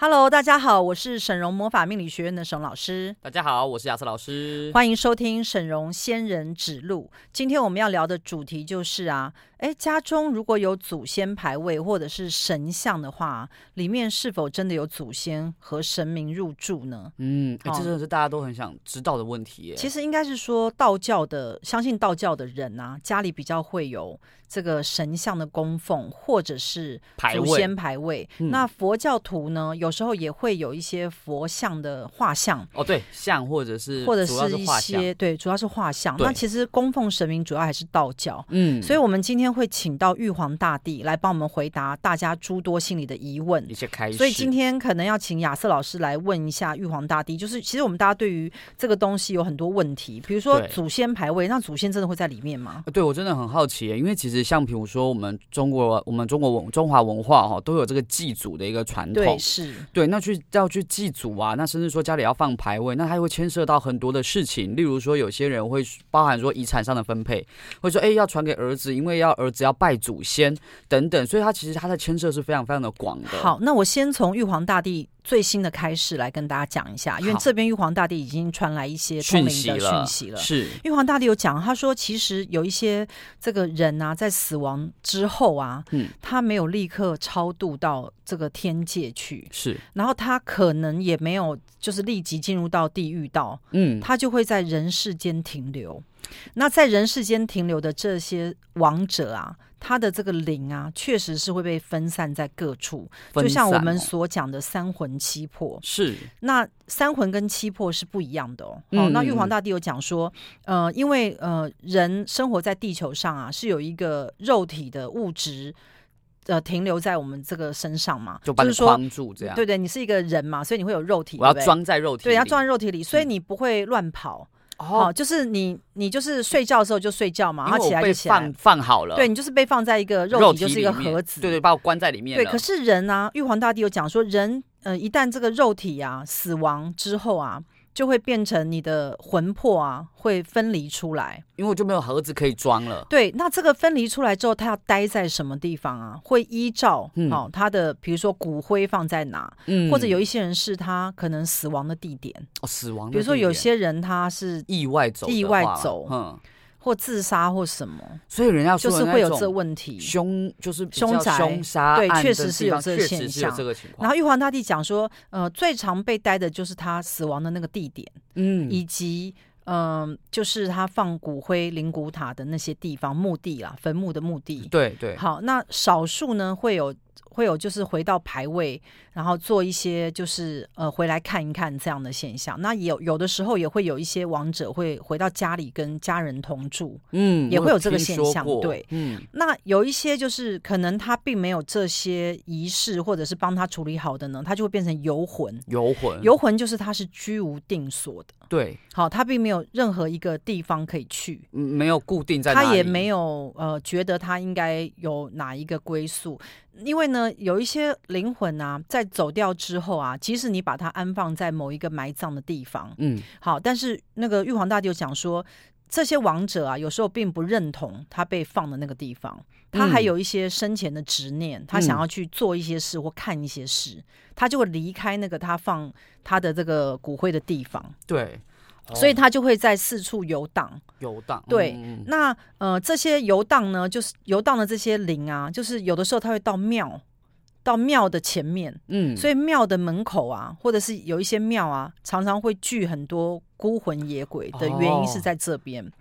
Hello，大家好，我是沈荣魔法命理学院的沈老师，大家好，我是亚瑟老师。欢迎收听沈荣仙人指路。今天我们要聊的主题就是啊，诶，家中如果有祖先牌位或者是神像的话，里面是否真的有祖先和神明入住呢？嗯，欸哦这真的是大家都很想知道的问题耶。其实，实应该是说道教的，相信道教的人啊，家里比较会有这个神像的供奉，或者是排祖位先牌位。嗯那佛教徒呢，有时候也会有一些佛像的画像。哦，对，像或者是或者主要是一画像，些对，主要是画像。那对其实供奉神明主要还是道教，嗯，所以我们今天会请到玉皇大帝来帮我们回答大家诸多心里的疑问一。些开始。所以今天可能要请亚瑟老师来问一下玉皇大帝，就是其实我们大家对于这个东西有很多问题，比如说对祖先牌位，那祖先真的会在里面吗？呃对我真的很好奇耶，因为其实像比如说我们中国，我们中国文中华文化哈、都有这个祭祖的一个传统对，。是，对，那去要去祭祖啊，那甚至说家里要放牌位，那还会牵涉到很多的事情，例如说有些人会包含说遗产上的分配，会说哎要传给儿子，因为要儿子要拜祖先等等，所以他其实他的牵涉是非常非常的广的。好，那我先从玉皇大帝最新的开始来跟大家讲一下，因为好这边玉皇大帝已经传来一些通灵讯的讯息了，息了，是玉皇大帝有讲，他说其实有一些这个人啊，在死亡之后啊，嗯他没有立刻超度到这个天界去，是，然后他可能也没有就是立即进入到地狱道，嗯，他就会在人世间停留。那在人世间停留的这些亡者啊，他的这个灵啊，确实是会被分散在各处，就分像我散们哦所讲的三魂七魄。是那三魂跟七魄是不一样的哦。嗯哦，那玉皇大帝有讲说，呃，因为呃，人生活在地球上啊，是有一个肉体的物质，呃，停留在我们这个身上嘛，就把是你说，框住这样，对对，你是一个人嘛，所以你会有肉体，我要对不对。装在肉体里，对，要装在肉体里，所以嗯你不会乱跑。好、哦，就是你，你就是睡觉的时候就睡觉嘛，然因为后我起来就被起来放。放好了，对，你就是被放在一个肉肉体，就是一个里面盒子。对对，把我关在里面对，了，可是人啊，玉皇大帝有讲说，人呃，一旦这个肉体啊死亡之后啊，就会变成你的魂魄啊会分离出来。因为我就没有盒子可以装了，对，那这个分离出来之后，他要待在什么地方啊？会依照、嗯哦他的，比如说骨灰放在哪，嗯或者有一些人是他可能死亡的地点，哦死亡的地点，比如说有些人他是意外走的话，意外走嗯，或自杀或什么，所以人家就说是的会有那这种问题。凶，就是比凶较宅凶杀对案确的实是地有方这个确现实是有象这个情况，然后玉皇大帝讲说，呃，最常被待的就是他死亡的那个地点。嗯以及嗯、就是他放骨灰、灵骨塔的那些地方墓地啦，坟墓的墓地。对对好，那少数呢会有会有就是回到牌位，然后做一些就是呃回来看一看这样的现象。那有有的时候也会有一些亡者会回到家里跟家人同住。嗯也我会有这个听现说象过对嗯那有一些就是可能他并没有这些仪式或者是帮他处理好的呢，他就会变成游魂。游魂游魂就是他是居无定所的，对好，他并没有任何一个地方可以去。嗯没有固定在他哪也里没有呃觉得他应该有哪一个归宿，因为呢，有一些灵魂啊，在走掉之后啊，即使你把它安放在某一个埋葬的地方，嗯好，但是那个玉皇大帝有讲说，这些王者啊，有时候并不认同他被放的那个地方。他还嗯有一些生前的执念，他想要去做一些事或看一些事，他就会离开那个他放他的这个骨灰的地方，对，所以哦他就会在四处游荡。游荡对嗯嗯嗯那呃，这些游荡呢，就是游荡的这些灵啊，就是有的时候它会到庙，到庙的前面，嗯所以庙的门口啊，或者是有一些庙啊，常常会聚很多孤魂野鬼的原因是哦在这边。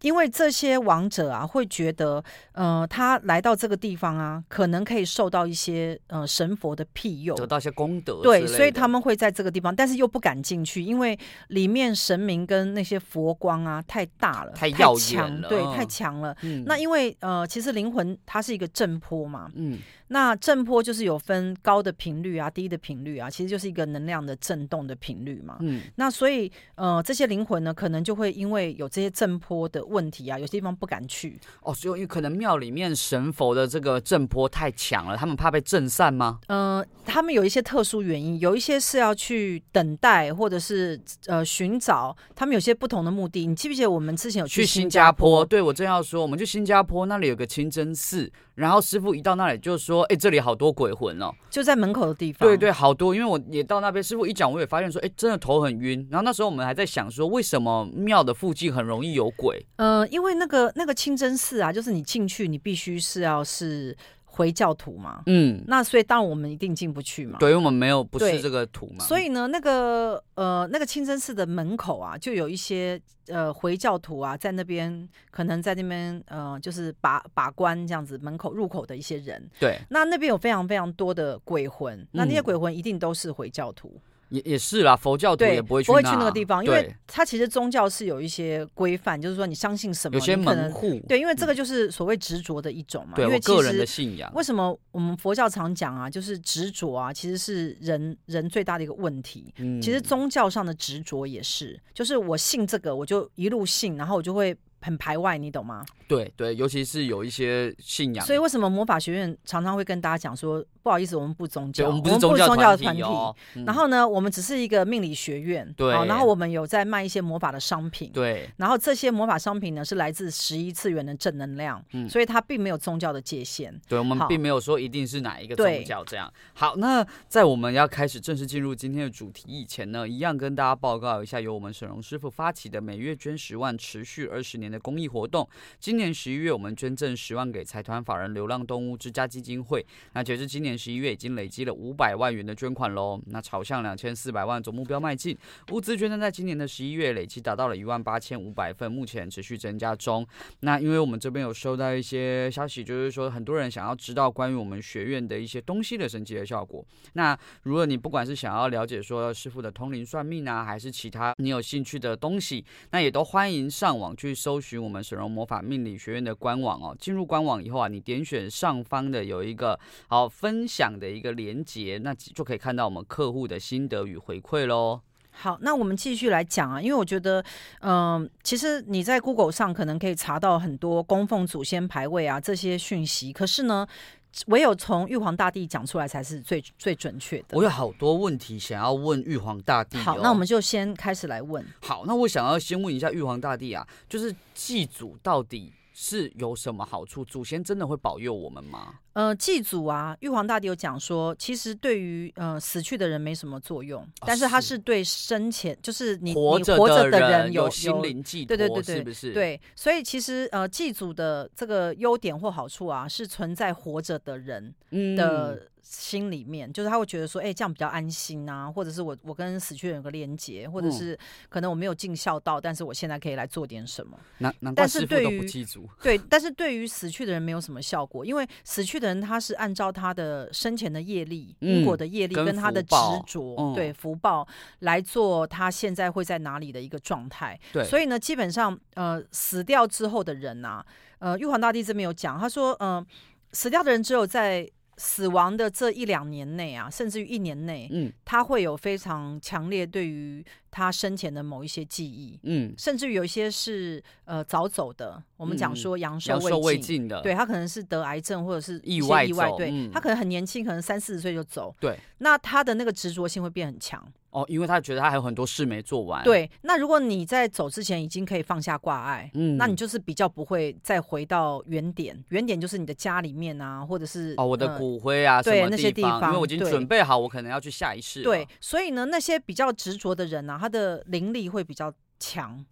因为这些亡者啊，会觉得，呃，他来到这个地方啊，可能可以受到一些呃神佛的庇佑，得到一些功德之类对，的，所以他们会在这个地方，但是又不敢进去，因为里面神明跟那些佛光啊太大了，太耀眼强，了对，嗯太强了。嗯那因为呃，其实灵魂它是一个震波嘛，嗯那震波就是有分高的频率啊、低的频率啊，其实就是一个能量的震动的频率嘛。嗯那所以呃，这些灵魂呢，可能就会因为有这些震波的问题啊，有些地方不敢去。哦，所以因为可能庙里面神佛的这个震波太强了，他们怕被震散吗？嗯，他们有一些特殊原因，有一些是要去等待或者是呃寻找，他们有些不同的目的。你记不记得我们之前有去新新加坡，坡？对我正要说，我们去新加坡那里有个清真寺，然后师傅一到那里就说：“哎、这里好多鬼魂哦。”就在门口的地方。对对，好多，因为我也到那边，师傅一讲，我也发现说，哎，真的头很晕。然后那时候我们还在想说，为什么庙的附近很容易有鬼？呃，因为那个那个清真寺啊，就是你进去，你必须是要是回教徒嘛，嗯，那所以当然我们一定进不去嘛。对，因为我们没有不对是这个图嘛，所以呢，那个呃，那个清真寺的门口啊，就有一些呃回教徒啊，在那边可能在那边呃，就是把把关这样子门口入口的一些人。对那那边有非常非常多的鬼嗯魂，那那些鬼魂一定都是回教徒，也也是啦，佛教徒对，也不会去不会去那个地方，因为对它其实宗教是有一些规范，就是说你相信什么，有些你可门能户，嗯对，因为这个就是所谓执着的一种嘛。对因我为个其人的实信仰，为什么我们佛教常讲啊，就是执着啊，其实是人人最大的一个问题。嗯其实宗教上的执着也是，就是我信这个，我就一路信，然后我就会很排外，你懂吗？对对，尤其是有一些信仰，所以为什么魔法学院常常会跟大家讲说，不好意思，我们不宗对教，我们不是是宗教团团体。哦，嗯然后呢，我们只是一个命理学院，对好然后我们有在卖一些魔法的商品，对然后这些魔法商品呢是来自十一次元的正能量，嗯所以它并没有宗教的界限。对，我们好并没有说一定是哪一个对宗教这样。好，那在我们要开始正式进入今天的主题以前呢，一样跟大家报告一下，由我们沈荣师傅发起的每月捐十万、持续二十年的公益活动。今年十一月，我们捐赠十万给财团法人流浪动物之家基金会。那截至今年十一月，已经累积了五百万元的捐款喽。那朝向两千四百万总目标迈进。物资捐赠在今年的十一月累计达到了一万八千五百份，目前持续增加中。那因为我们这边有收到一些消息，就是说很多人想要知道关于我们学院的一些东西的神奇的效果。那如果你不管是想要了解说师傅的通灵算命啊，还是其他你有兴趣的东西，那也都欢迎上网去搜寻我们神龙魔法命理学院的官网哦。进入官网以后啊，你点选上方的有一个好分享的一个连接，那就可以看到我们客户的心得与回馈喽。好，那我们继续来讲啊，因为我觉得，嗯、其实你在 Google 上可能可以查到很多供奉祖先牌位啊这些讯息，可是呢，唯有从玉皇大帝讲出来才是最最准确的。我有好多问题想要问玉皇大帝、哦。好，那我们就先开始来问。好，那我想要先问一下玉皇大帝啊，就是祭祖到底是有什么好处？祖先真的会保佑我们吗？呃，祭祖啊，玉皇大帝有讲说，其实对于呃死去的人没什么作用，但是它哦是是对生前，就是你活你着活着的人有心灵寄对托，对对对是不是？，对，所以其实呃祭祖的这个优点或好处啊，是存在活着的人嗯的心里面，就是他会觉得说，哎、这样比较安心啊，或者是我我跟死去人有个连结，或者嗯是可能我没有尽孝道，但是我现在可以来做点什么。难难怪但是师傅对都于不祭祖，对，但是对于死去的人没有什么效果，因为死去的人他是按照他的生前的业力、因果嗯的业力跟跟他福的执报着，嗯对福报来做他现在会在哪里的一个状态。对所以呢，基本上呃死掉之后的人呐、呃玉皇大帝这边有讲，他说呃死掉的人只有在。死亡的这一两年内啊，甚至于一年内，嗯他会有非常强烈对于他生前的某一些记忆，嗯，甚至于有一些是呃早走的，我们讲嗯说阳寿阳寿未未尽，尽的，对他可能是得癌症或者是意一些外意外，走对、嗯他可能很年轻，可能三四十岁就走，对，那他的那个执着性会变很强，哦，因为他觉得他还有很多事没做完，，对。那如果你在走之前已经可以放下挂碍。嗯那你就是比较不会再回到原点，原点就是你的家里面啊，或者是哦，我的呃骨灰啊，对什么那些地方，因为方我已经对准备好，我可能要去下一世了，对，所以呢，那些比较执着的人啊，他的灵力会比较强，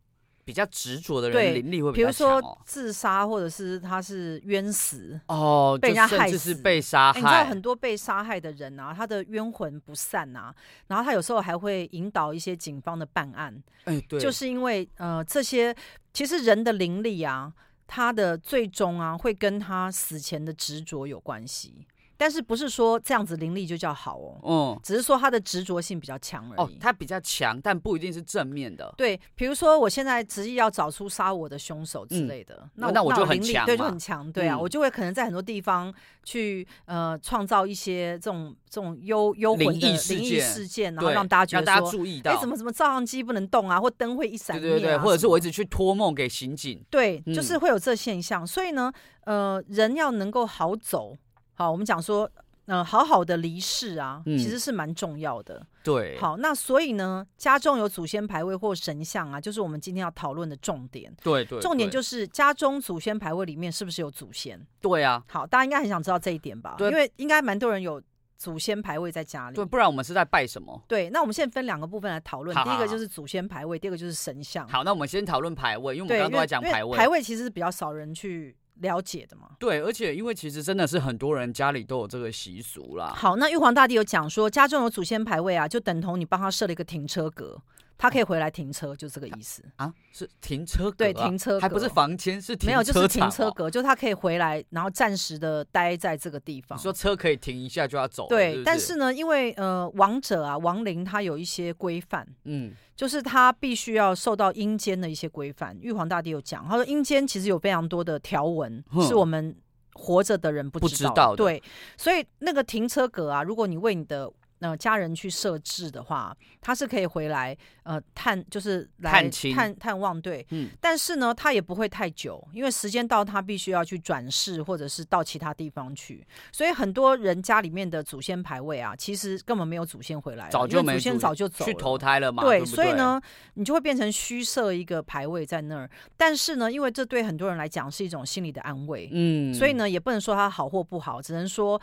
比较执着的人对灵力会比比如较强说哦。自杀，或者是他是冤死，哦，被就人家甚害至是死被杀欸你知道害，很多被杀害的人啊，他的冤魂不散啊，然后他有时候还会引导一些警方的办案，哎，对，就是因为呃这些其实人的灵力啊，他的最终啊会跟他死前的执着有关系。但是不是说这样子灵力就叫好哦，嗯，只是说他的执着性比较强而哦已。，它比较强，但不一定是正面的。对，比如说我现在执意要找出杀我的凶手之类的，那嗯那我就很灵力强对，就嘛很强，对啊，嗯我就会可能在很多地方去呃创造一些这种这种幽幽魂的灵异事灵异件事件，然后对，让大家觉让得大家说，注意哎到，，怎么怎么照相机不能动啊，或灯会一闪、对灭对对，啊或者什是我么一直去托梦给刑警，对，就是嗯会有这现象。所以呢，呃，人要能够好走，好，我们讲说，呃，好好的离世啊，嗯其实是蛮重要的。对，好，那所以呢，家中有祖先牌位或神像啊，就是我们今天要讨论的重点。对对，重点对就是家中祖先牌位里面是不是有祖先？对啊，好，大家应该很想知道这一点吧？对因为应该蛮多人有祖先牌位在家里。对，不然我们是在拜什么？对那我们现在分两个部分来讨论，好第一个好就是祖先牌位，第二个就是神像。好，那我们先讨论排位，因为我们对，刚刚因都为在讲因为排位。牌位其实是比较少人去了解的嘛。对，而且因为其实真的是很多人家里都有这个习俗啦。好，那玉皇大帝有讲说，家中有祖先牌位啊，就等同你帮他设了一个停车格，他可哦以回来停车，就这个意思。啊，是停车格、啊，对，停车格还不是房间，是停没有，就是停场车哦。格，就他可以回来，然后暂时的待在这个地方你。说车可以停一下就要走了，对，是不但是呢，因为呃，王者啊，亡灵他有一些规范，嗯，就是他必须要受到阴间的一些规范。玉皇大帝有讲，他说阴间其实有非常多的条文，哼是我们活着的人不不知道知道的对，所以那个停车格啊，如果你为你的呃家人去设置的话，他是可以回来呃探，就是来探亲探探望对。嗯但是呢，他也不会太久，因为时间到，他必须要去转世或者是到其他地方去。所以很多人家里面的祖先牌位啊，其实根本没有祖先回来了，早就因为没祖先祖早就走去了投胎了嘛，对，对不所以对，呢，你就会变成虚设一个牌位在那儿。但是呢，因为这对很多人来讲是一种心理的安慰，嗯，所以，呢，也不能说它好或不好，只能说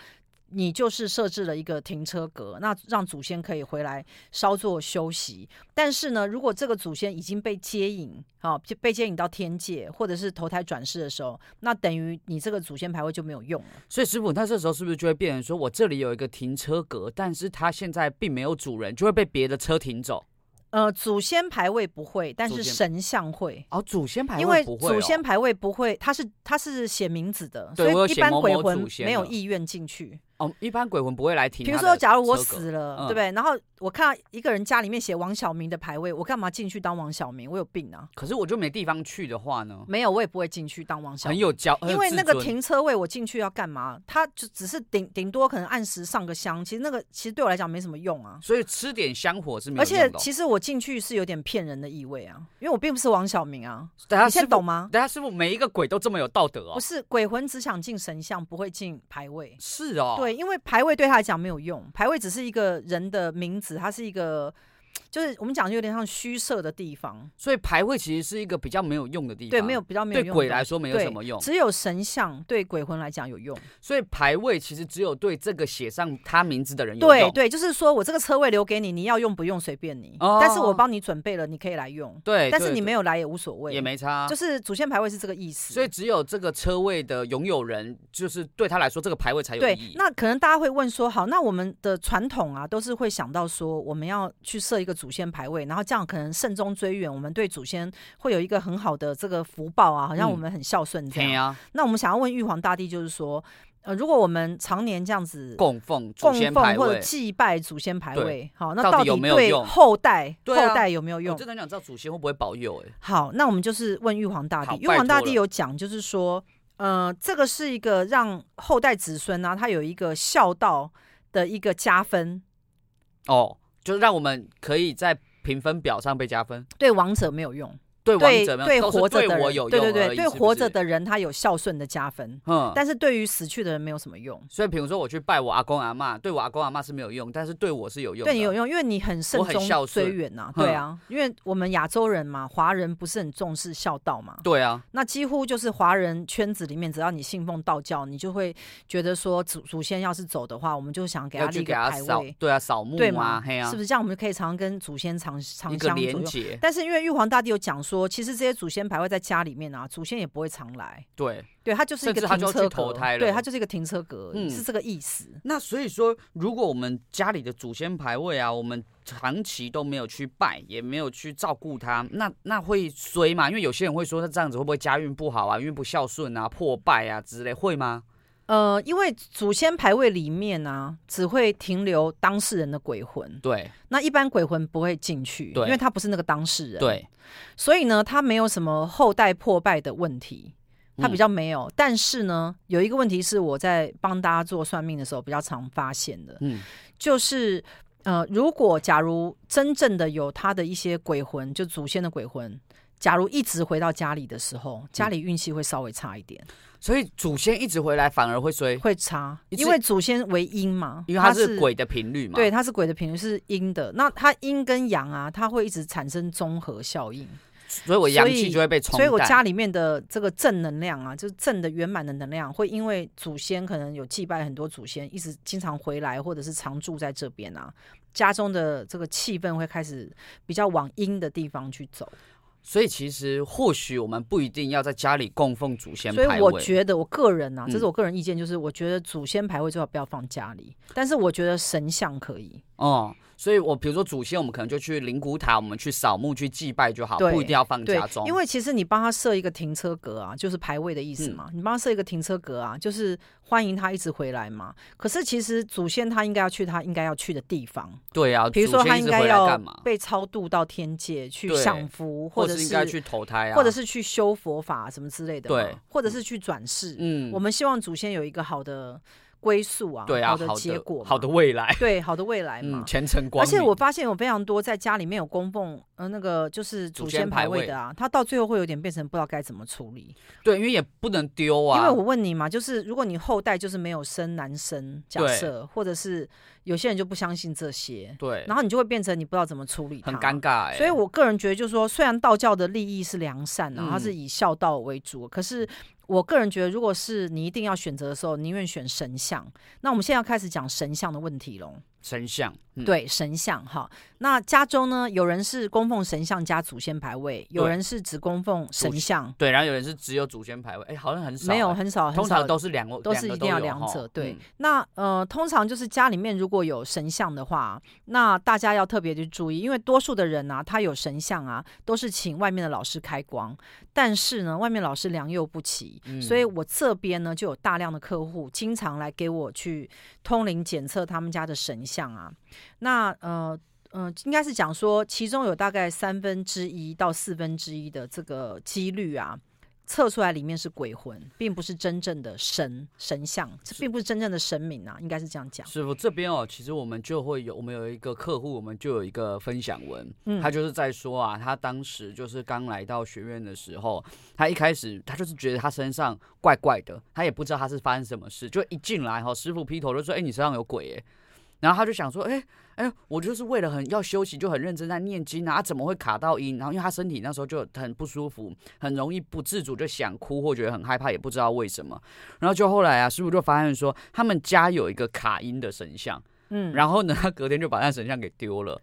你就是设置了一个停车格，那让祖先可以回来稍作休息。但是呢，如果这个祖先已经被接引，啊，就被接引到天界，或者是投胎转世的时候，那等于你这个祖先牌位就没有用了。所以师傅，那这时候是不是就会变成说我这里有一个停车格，但是它现在并没有主人，就会被别的车停走？呃，祖先牌位不会，但祖是先神像会。哦，祖先牌因为位不会、哦，祖先牌位不会，他是他是写名字的，对我所有以一写般某鬼某魂祖先没有的意愿进去。哦，一般鬼魂不会来停比它如的车说，格。假如我死了，对嗯不对？然后我看到一个人家里面写王小明的牌位，我干嘛进去当王小明？我有病啊！可是我就没地方去的话呢，没有，我也不会进去当王小很明。有骄，很嗯有因为那自个尊停车位，我进去要干嘛？他就只是顶顶多可能按时上个香，其实那个其实对我来讲没什么用啊。所以吃点香火是没有而且用的哦。其实我进去是有点骗人的意味啊，因为我并不是王小明啊，等下你现师在傅，懂吗？等下师傅，每一个鬼都这么有道德不哦？是鬼魂只想进神像，不会进牌位。是哦，，对，因为牌位对他来讲没有用，牌位只是一个人的名字，它是一个，就是我们讲就有点像虚设的地方，所以牌位其实是一个比较没有用的地方，对，没有比较没有对用的鬼东来西说没有对什么用，只有神像对鬼魂来讲有用。所以牌位其实只有对这个写上他名字的人有对用。对，就是说我这个车位留给你，你要用不用随便你，但是我哦帮你准备了，你可以来用，对，但是对你没有来也无所对谓，也。没差啊就。是祖先牌位是这个意思，所以只有这个车位的拥有人，就是对他来说，这个牌位才有对意，义。那可能大家会问说，好，那我们的传统啊，都是会想到说，我们要去设一个祖先牌位，然后这样可能慎终追远，我们对祖先会有一个很好的这个福报啊，好像我嗯们很孝顺这天样。啊，那我们想要问玉皇大帝，就是说，呃，如果我们常年这样子供奉祖供先奉牌或位者，祭拜祖先牌对位，好，那到底到有底没有对用后代对啊后代有没有我用？真的很想知道祖先会不会保佑？哎，好，那我们就是问玉皇大帝好。玉皇大拜托帝了有讲，就是说，呃，这个是一个让后代子孙呢、啊，他有一个孝道的一个加分，哦，就是让我们可以在评分表上被加分。对亡者没有用，对王对者没有对都是活着对的我人，有对用对而对，已对是不活是着的人他有孝顺的加分，嗯，但是对于死去的人没有什么用。所以比如说我去拜我阿公阿嬷，对我阿公阿嬷是没有用，但是对我是有用的。对你有用，因为你很慎我很孝终顺追远呐、哼对啊，因为我们亚洲人嘛，华人不是很重视孝道嘛，对啊，那几乎就是华人圈子里面，只要你信奉道教，你就会觉得说祖祖先要是走的话，我们就想给他要立去一个给他牌扫位，，对啊，扫墓对啊吗，？嘿啊是不，是这样？我们就可以常跟祖先常一常个相左连右。结，但是因为玉皇大帝有讲说，其实这些祖先牌位在家里面啊，祖先也不会常来，对。对，它就是一个甚至他停就要车去投格，胎了对，它就是一个停车格而已，嗯是这个意思。那所以说，如果我们家里的祖先牌位啊，我们长期都没有去拜，也没有去照顾它，那那会衰吗？因为有些人会说，那这样子会不会家运不好啊？因为不孝顺啊、破败啊之类，会吗？呃，因为祖先牌位里面呢、只会停留当事人的鬼魂，对那一般鬼魂不会进去，对因为他不是那个当事人，，对，所以呢，他没有什么后代破败的问题。嗯他比较没有，但是呢，有一个问题是我在帮大家做算命的时候比较常发现的，嗯就是呃，如果假如真正的有他的一些鬼魂，就祖先的鬼魂，假如一直回到家里的时候，家里运气会稍微差一点，嗯，所以祖先一直回来反而会衰，会差，一直因为祖先为阴嘛，因为它它是鬼的频率嘛。对，，它是鬼的频率是阴的，那它阴跟阳啊，它会一直产生综合效应，所以我阳所气以就会被冲所以我淡家里面的这个正能量啊，就是正的圆满的能量，会因为祖先可能有祭拜很多祖先，一直经常回来，或者是常住在这边啊，家中的这个气氛会开始比较往阴的地方去走。所以其实或许我们不一定要在家里供奉祖先所以牌我位，觉得，我个人啊，这是嗯我个人意见，就是我觉得祖先牌位最好不要放家里，但是我觉得神像可以。哦、所以我比如说祖先，我们可能就去灵骨塔，我们去扫墓去祭拜就好，对不一定要放对家中，，因为其实你帮他设一个停车格啊，就是排位的意嗯思嘛。你帮他设一个停车格啊，就是欢迎他一直回来嘛。可是其实祖先他应该要去他应该要去的地方，对啊，比如说祖他先一应直该回来要干嘛？被超度到天界去对享福，或者是应该去投胎啊，或者是去修佛法什么之类的嘛，对或者是去转世。嗯我们希望祖先有一个好的归宿啊，对啊，好的结果嘛，好的未来，对好的未来嘛。嗯，前程而光明。且我发现有非常多在家里面有供奉，呃，那个就是祖祖先先牌牌位位的啊，他到最后会有点变成不知道该怎么处理。对，因为也不能丢啊，因为我问你嘛，就是如果你后代就是没有生男生，假对设或者是有些人就不相信这些，对然后你就会变成你不知道怎么处理它，很尴。尬哎、所以，我个人觉得，就是说，虽然道教的利益是良善啊，嗯它是以孝道为主，可是我个人觉得，如果是你一定要选择的时候，宁愿选神像。那我们现在要开始讲神像的问题喽。神像、嗯，对神像哈。那加州呢，有人是供奉神像加祖先牌位，有对人是只供奉神像，对，然后有人是只有祖先牌位，哎、好像很少、没有哎很少，很通少常都是两个，都是个一定要有两吼者对嗯那呃，通常就是家里面如果有神像的话，那大家要特别去注意，因为多数的人啊，他有神像啊，都是请外面的老师开光，但是呢，外面老师良莠不齐，嗯所以我这边呢就有大量的客户经常来给我去通灵检测他们家的神像啊。那呃。嗯，应该是讲说，其中有大概三分之一到四分之一的这个几率啊，测出来里面是鬼魂，并不是真正的神神像，这并不是真正的神明啊，应该是这样讲。师傅这边哦，其实我们就会有，我们有一个客户，我们就有一个分享文，嗯他就是在说啊，他当时就是刚来到学院的时候，他一开始他就是觉得他身上怪怪的，他也不知道他是发生什么事，就一进来哈、师傅劈头就说：“哎、你身上有鬼耶、然后他就想说：“哎、哎、我就是为了很要休息，就很认真在念经啊，啊怎么会卡到音？”然后因为他身体那时候就很不舒服，很容易不自主就想哭或觉得很害怕，也不知道为什么。然后就后来啊，师傅就发现说，他们家有一个卡音的神像，嗯，然后呢， 他隔天就把那神像给丢了。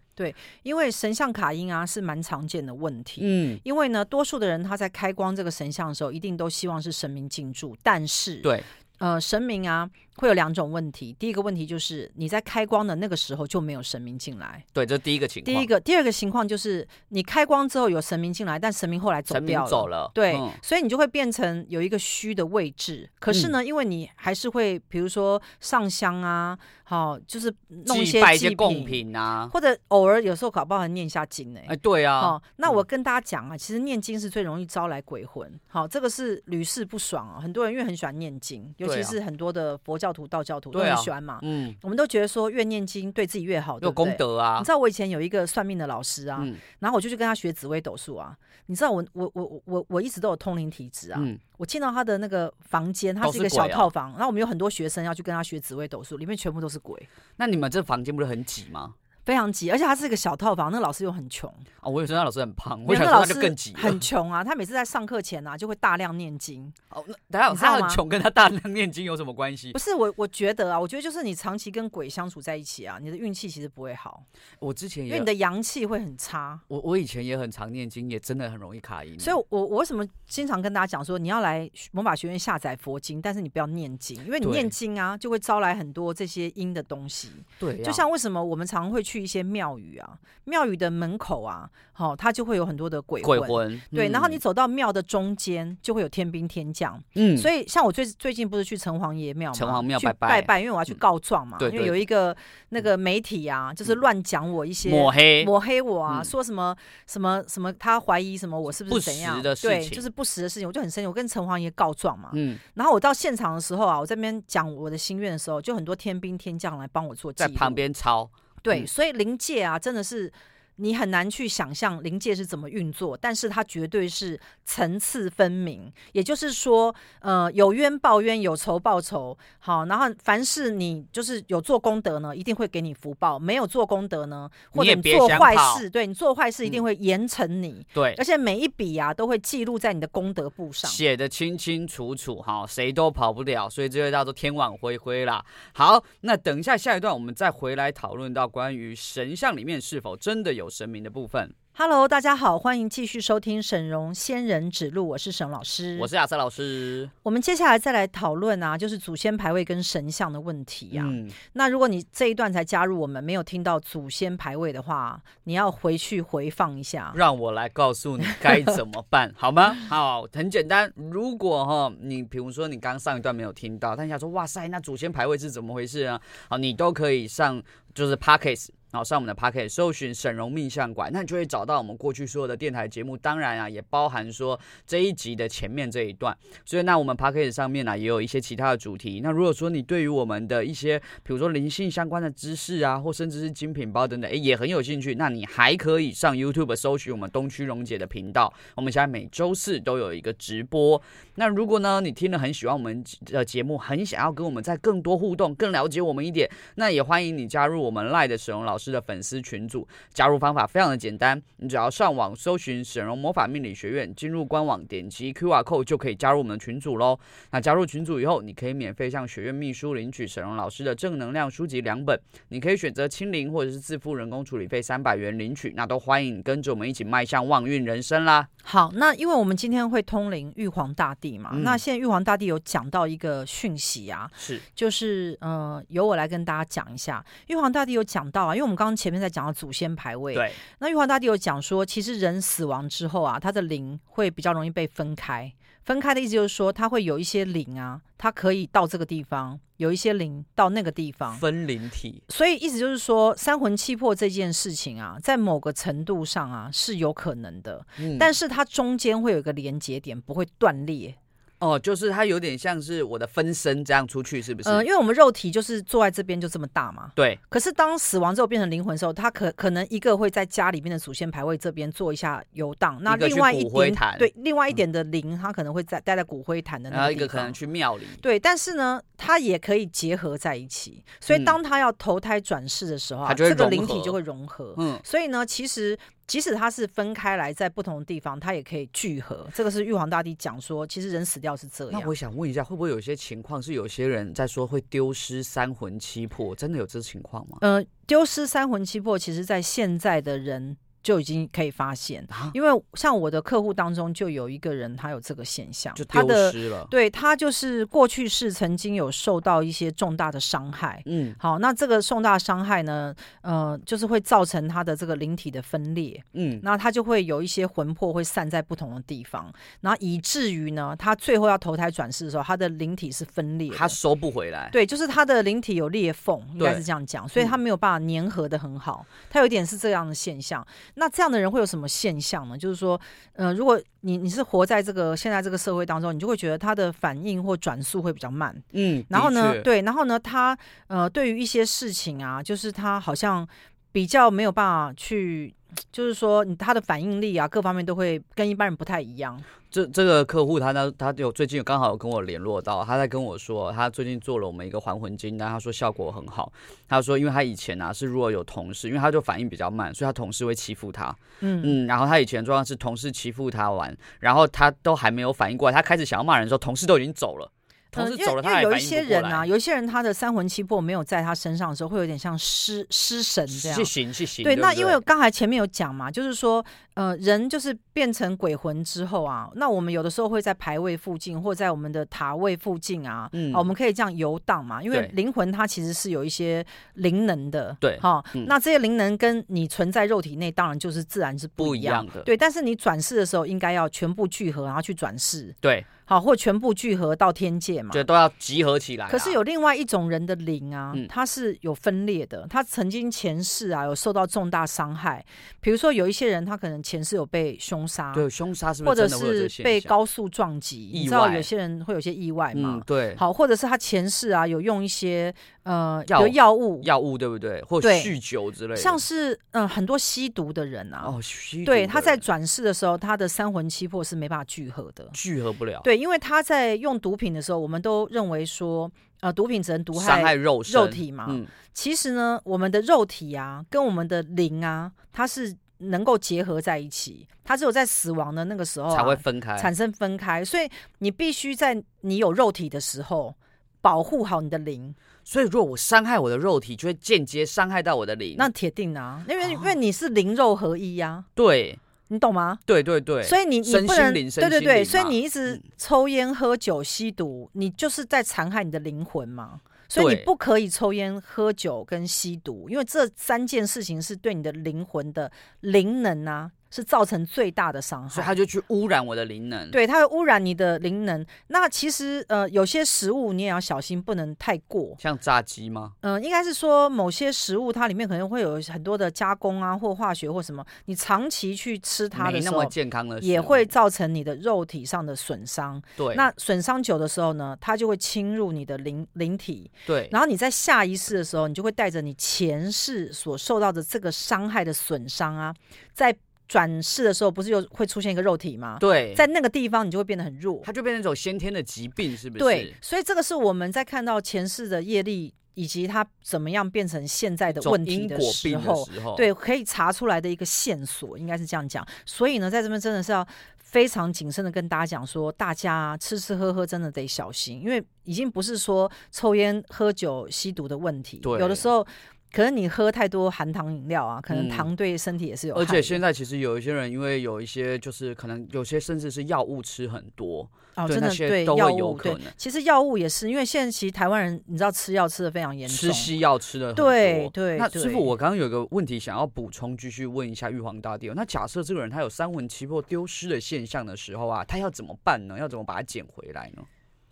因为神像卡因啊是蛮常见的问题。嗯，因为呢，多数的人他在开光这个神像的时候，一定都希望是神明进驻，但是对，呃，神明啊会有两种问题。第一个问题就是你在开光的那个时候就没有神明进来。对，这是第一个情况。第一个，第二个情况就是你开光之后有神明进来，但神明后来走神掉明了。走了，对，嗯所以你就会变成有一个虚的位置。可是嗯呢，因为你还是会，比如说上香啊，好、就是弄一祭些拜一祭些贡，品啊，或者偶尔有时候搞不好还念一下经呢、哎、对啊，哦，那我跟大家讲啊，其实念经是最容易招来鬼魂。好、这个是屡试不爽啊。很多人因为很喜欢念经，尤对其啊是很多的佛教徒、道教徒都对啊很喜欢嘛。嗯，我们都觉得说越念经对自己越哦好，对有不对功德啊你知，道我以前有一个算命的老师啊，嗯然后我就去跟他学紫微斗数啊。你知道我我我我我一直都有通灵体质啊。嗯，我进到他的那个房间，他都是是一个鬼啊小套房，然后我们有很多学生要去跟他学紫微斗数，里面全部都是鬼，那你们这房间不是很挤吗？非常挤，而且他是一个小套房，那个老师又很穷，啊、我有说那老师很胖，没我有想那说老那师就更挤了。很穷啊，他每次在上课前啊就会大量念经，哦，那等下你知道他很吗穷，跟他大量念经有什么关系不？是我我觉得啊，我觉得就是你长期跟鬼相处在一起啊，你的运气其实不会好，我之前因为也你，的阳气会很差。我我以前也很常念经，也真的很容易卡音。所以我，我为什么经常跟大家讲说，你要来魔法学院下载佛经，但是你不要念经，因为你对念经啊，就会招来很多这些阴的东西。对啊、就像为什么我们常会去一些庙宇啊，庙宇的门口啊，好、它就会有很多的鬼鬼魂对，然后你嗯走到庙的中间，就会有天兵天将。嗯，所以像我最最近不是去城隍爷庙吗？城隍庙去拜拜拜因为我要去告状嘛。对因为对嗯有一个那个媒体啊，就是乱讲我一些抹黑抹黑我啊，嗯说什么什么什么，他怀疑什么我是不不是怎实样？的事对，情就是不实的事情，我就很生气，我跟城隍爷告状嘛。嗯，然后我到现场的时候啊，我这边讲我的心愿的时候，就很多天兵天将来帮我做记在录。旁边抄，对，嗯所以灵界啊，真的是你很难去想象灵界是怎么运作，但是它绝对是层次分明。也就是说，呃，有冤报冤，有仇报仇。好，然后凡是你就是有做功德呢，一定会给你福报；没有做功德呢，或你者也你别做想坏跑事，对你做坏事一定嗯会严惩你。对而，且每一笔啊，都会记录在你的功德簿上。写的清清楚楚哈，谁都跑不了，所以这就叫做天网恢恢啦。好，那等一下下一段我们再回来讨论到关于神像里面是否真的有神明的部嗯分。 Hello，大家好，欢迎继续收听沈荣仙人指路，我是沈老师，我是亚瑟老师，我们接下来再来讨论啊，就是祖先牌位跟神像的问题呀、嗯，那如果你这一段才加入，我们没有听到祖先牌位的话，你要回去回放一下。让我来告诉你该怎么办， 好吗？好，很简单。如果哈，你比如说你刚上一段没有听到，但你想说哇塞，那祖先牌位是怎么回事啊？好，你都可以上就是 Pockets。好，上我们的 p o c k e t 搜寻沈荣命相馆，那你就会找到我们过去所有的电台节目，当然啊，也包含说这一集的前面这一段。所以那我们 p o c k e t 上面呢、啊、也有一些其他的主题。那如果说你对于我们的一些比如说灵性相关的知识啊，或甚至是精品包等等，诶，也很有兴趣。那你还可以上 YouTube 搜寻我们东区荣姐的频道，我们现在每周四都有一个直播。那如果呢，你听了很喜欢我们的节目，很想要跟我们再更多互动，更了解我们一点，那也欢迎你加入我们赖的沈荣老师的粉丝群组。加入方法非常的简单，你只要上网搜寻沈荣魔法命理学院，进入官网点击 QR code 就可以加入我们的群组喽。那加入群组以后，你可以免费向学院秘书领取沈荣老师的正能量书籍两本，你可以选择清零或者是自付人工处理费三百元领取，那都欢迎你跟着我们一起迈向旺运人生啦。好，那因为我们今天会通灵玉皇大帝嘛，嗯那现在玉皇大帝有讲到一个讯息啊，是，就是呃，由我来跟大家讲一下，玉皇大帝有讲到啊，因为我们刚刚前面在讲到祖先牌位，对，那玉皇大帝有讲说，其实人死亡之后啊，他的灵会比较容易被分开。分开的意思就是说，他会有一些灵啊，它可以到这个地方，有一些灵到那个地方。分灵体，所以意思就是说，三魂七魄这件事情啊，在某个程度上啊是有可能的，嗯但是它中间会有一个连接点，不会断裂。哦，就是它有点像是我的分身这样出去，是不是？呃，因为我们肉体就是坐在这边就这么大嘛，对，可是当死亡之后变成灵魂的时候，他可可能一个会在家里面的祖先牌位这边做一下游荡，那一个去另外一骨灰点坛嗯对另外一点的灵，他可能会在待在骨灰坛的然那后个一个地可能方。去庙里，对，但是呢，它也可以结合在一起，所以嗯当他要投胎转世的时候啊，它就会这个融灵体合就会融合。嗯，所以呢，其实即使它是分开来在不同的地方，它也可以聚合。这个是玉皇大帝讲说，其实人死掉是这那样我。想问一下，会不会有些情况是有些人在说会丢失三魂七魄，真的有这情况吗？呃，丢失三魂七魄，其实在现在的人就已经可以发现，啊，因为像我的客户当中就有一个人，他有这个现象，就他丢的失了。对他就是过去式曾经有受到一些重大的伤害。嗯好，那这个重大伤害呢，呃，就是会造成他的这个灵体的分裂，嗯，那他就会有一些魂魄会散在不同的地方，然后以至于呢，他最后要投胎转世的时候，他的灵体是分裂的，他收不回来。对，就是他的灵体有裂缝，应该对嗯是这样讲，所以他没有办法粘合的很好，他有一点是这样的现象。那这样的人会有什么现象呢？就是说，呃，如果你你是活在这个现在这个社会当中，你就会觉得他的反应或转速会比较慢，嗯，然后的呢，确，对，然后呢，他呃，对于一些事情啊，就是他好像比较没有办法去。就是说，你他的反应力啊，各方面都会跟一般人不太一样。这这个客户他呢，他有最近有刚好有跟我联络到，他在跟我说，他最近做了我们一个还魂金丹，他说效果很好。他说，因为他以前啊是如果有同事，因为他就反应比较慢，所以他同事会欺负他。嗯，嗯，然后他以前的状况是同事欺负他玩，然后他都还没有反应过来，他开始想要骂人的时候，同事都已经走了。同嗯事因为走了，他因为还有一反应些不过人啊，来，有一些人他的三魂七魄没有在他身上的时候，会有点像失失神嗯这样去。行去行。对，不那因为刚才前面有讲嘛，就是说，呃，人就是变成鬼魂之后啊，那我们有的时候会在牌位附近或在我们的塔位附近啊，嗯啊我们可以这样游荡嘛，因为对灵魂它其实是有一些灵能的，对哈、嗯那这些灵能跟你存在肉体内当然就是自然是不一一样的，对，但是你转世的时候应该要全部聚合，然后去转世，对，好，或全部聚合到天界嘛，就都要集合起来啊。可是有另外一种人的灵啊，嗯他是有分裂的，他曾经前世啊有受到重大伤害，比如说有一些人他可能前世有被凶杀，对凶杀是不或是者真的会有这是个现被象？高速撞击，意你知道外有些人会有些意外嗯嘛。对好，或者是他前世啊有用一些呃比药如药物，药物对不对？或对酗酒之类的，像是嗯、呃很多吸毒的人啊，哦，吸毒对的他在人转世的时候，他的三魂七魄是没办法聚合的。聚合不了，对，因为他在用毒品的时候，我们都认为说，呃，毒品只能毒伤害害肉肉身，体嘛，嗯，其实呢，我们的肉体啊，跟我们的灵啊，它是能够结合在一起。它只有在死亡的那个时候、啊、才会分开。产生分开，所以你必须在你有肉体的时候。保护好你的灵，所以如果我伤害我的肉体，就会间接伤害到我的灵。那铁定啊，因为、嗯哦因为你是灵肉合一呀、对你懂吗？对对对，所以你你身不心能灵身对对心对，灵所以嘛你一直嗯抽烟、喝酒、吸毒，你就是在残害你的灵魂嘛。所以你对不可以抽烟、喝酒跟吸毒，因为这三件事情是对你的灵魂的灵能啊，是造成最大的伤所以害。他就去污染我的灵能。对，它会污染你的灵能。那其实呃，有些食物你也要小心，不能太过。像炸鸡吗？嗯、应该是说某些食物它里面可能会有很多的加工啊，或化学或什么。你长期去吃它的没时那候么，健康的食物，也会造成你的肉体上的损伤。对。那损伤久的时候呢，它就会侵入你的灵灵体，对，然后你在下一世的时候，你就会带着你前世所受到的这个伤害的损伤啊，在转世的时候不是又会出现一个肉体吗？对，在那个地方你就会变得很弱。它就变成一种先天的疾病，是不是？对，，所以这个是我们在看到前世的业力以及它怎么样变成现在的问题因的果时病候，时候，，对，可以查出来的一个线索，应该是这样讲。所以呢，在这边真的是要非常谨慎的跟大家讲说，大家啊吃吃喝喝真的得小心，因为已经不是说抽烟、喝酒、吸毒的问题，对有的时候。可能你喝太多含糖饮料啊，可能嗯糖对身体也是有害而的、且现在其实有一些人，因为有一些就是可能有些甚至是药物吃很多，哦，对真那的些对都药会有物，对可能，其实药物也是，因为现在其实台湾人你知道吃药吃的非常严重，吃西药吃的很多。对对那对师傅，我刚刚有个问题想要补充，继续问一下玉皇大帝哦。那假设这个人他有三魂七魄丢失的现象的时候啊，他要怎么办呢？要怎么把它捡回来呢？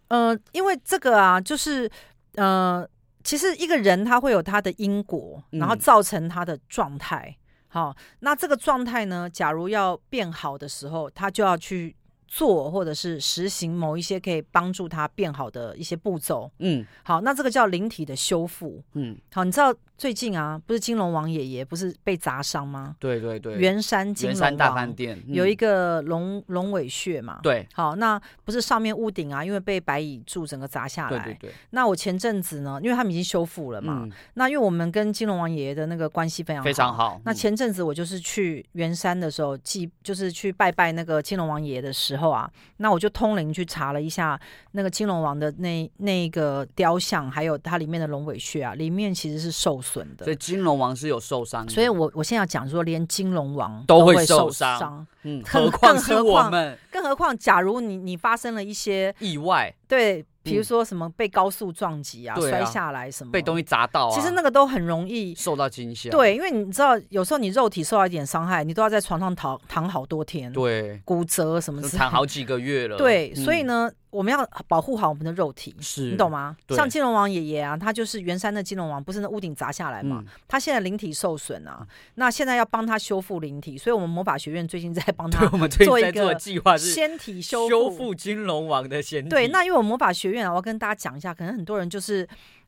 呃，因为这个啊，就是呃，其实一个人他会有他的因果，然后嗯造成他的状态。好、那这个状态呢，假如要变好的时候，他就要去做或者是实行某一些可以帮助他变好的一些步骤。嗯好，那这个叫灵体的修复。嗯，好，你知道最近啊，不是金龙王爷爷不是被砸伤吗？对对对，圆山金圆龙山大嗯王饭店有一个个龙龙尾穴嘛。对好，那不是上面屋顶啊，因为被白蚁柱整个砸下对来。对对，那我前阵子呢，因为他们已经修复了嘛，嗯，那因为我们跟金龙王爷爷的那个关系非常非常。好。那嗯前阵子我就是去圆山的时候，祭就是去拜拜那个金龙王爷的时候啊，那我就通灵去查了一下那个金龙王的那那个雕像，还有它里面的龙尾穴啊，里面其实是受损所的以。金龙王是有受伤的，所以我我现在要讲说，连金龙王都会会受受伤伤，嗯，更何况更是何我况们更何况假如你你发生了一些意外对，比如嗯说什么被高速撞击啊、对啊摔下来什么，被东西砸到啊，其实那个都很容易。受到惊吓，对，因为你知道，有时候你肉体受到一点伤害，你都要在床上躺躺好多天，对，骨折什么就之躺类。好几个月了，对，嗯所以呢，我们要保护好我们的肉体，是你懂？吗？对像金龙王爷爷啊，他就是圆山的金龙王，不是那屋顶砸下来嘛，嗯，他现在灵体受损啊，那现在要帮他修复灵体，所以我们魔法学院最近在帮对，他我们最做近一在做的个计划是仙体修修复金龙王的先对，那因为我们魔法学院啊，我要跟大家讲一下，可能很多人就是，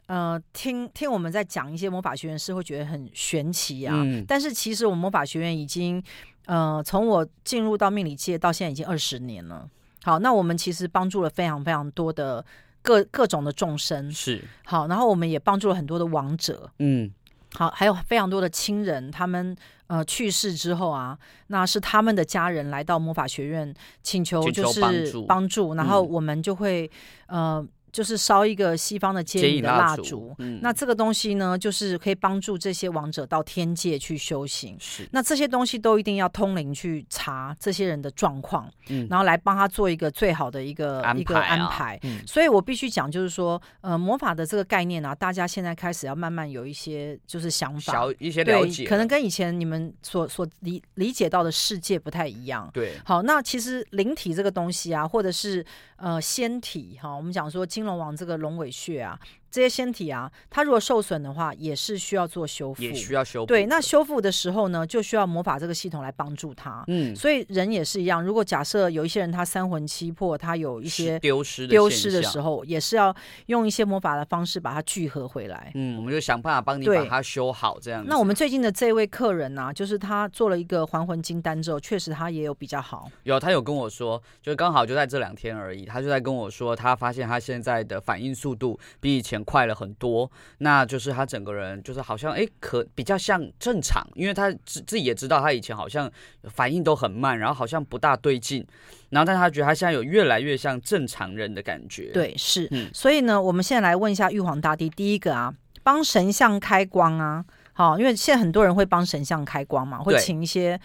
呃，听听我们在讲一些魔法学院是会觉得很玄奇啊，嗯但是其实我们魔法学院已经，呃，从我进入到命理界到现在已经二十年了。好，那我们其实帮助了非常非常多的各各种的众生，嗯是好，然后我们也帮助了很多的亡者，嗯好，还有非常多的亲人，他们呃去世之后啊，那是他们的家人来到魔法学院请求请求就是帮助帮助，然后嗯我们就会、呃。就是烧一个西方的接接引引的蜡烛烛，，嗯那这个东西呢，就是可以帮助这些亡者到天界去修行。是那这些东西都一定要通灵去查这些人的状况，嗯然后来帮他做一个最好的一个安一个排啊安排。嗯所以我必须讲，就是说，呃，魔法的这个概念啊，大家现在开始要慢慢有一些就是想法，小一些了对，解，可能跟以前你们所所理理解到的世界不太一样。对好，那其实灵体这个东西啊，或者是呃仙体哈、我们讲说金龙王这个龙尾穴啊，这些仙体啊，它如果受损的话，也是需要做修复。也需要修补对，的那修复的时候呢，就需要魔法这个系统来帮助他。嗯所以人也是一样，如果假设有一些人他三魂七魄，他有一是些丢失丢失的现象时候，也是要用一些魔法的方式把它聚合回来。嗯，我们就想办法帮你对把它修好，这样子。那我们最近的这位客人呢、啊就是他做了一个还魂金丹之后，确实他也有比较好。有他有跟我说，就是刚好就在这两天而已，他就在跟我说，他发现他现在的反应速度比以前快了很多，那就是他整个人就是好像哎、诶可比较像正常，因为他自自己也知道他以前好像呃反应都很慢，然后好像不大对劲，然后但他觉得他现在有越来越像正常人的感觉。，对，是。嗯所以呢，我们现在来问一下玉皇大帝，第一个啊，帮神像开光啊，好，因为现在很多人会帮神像开光嘛，会对请一些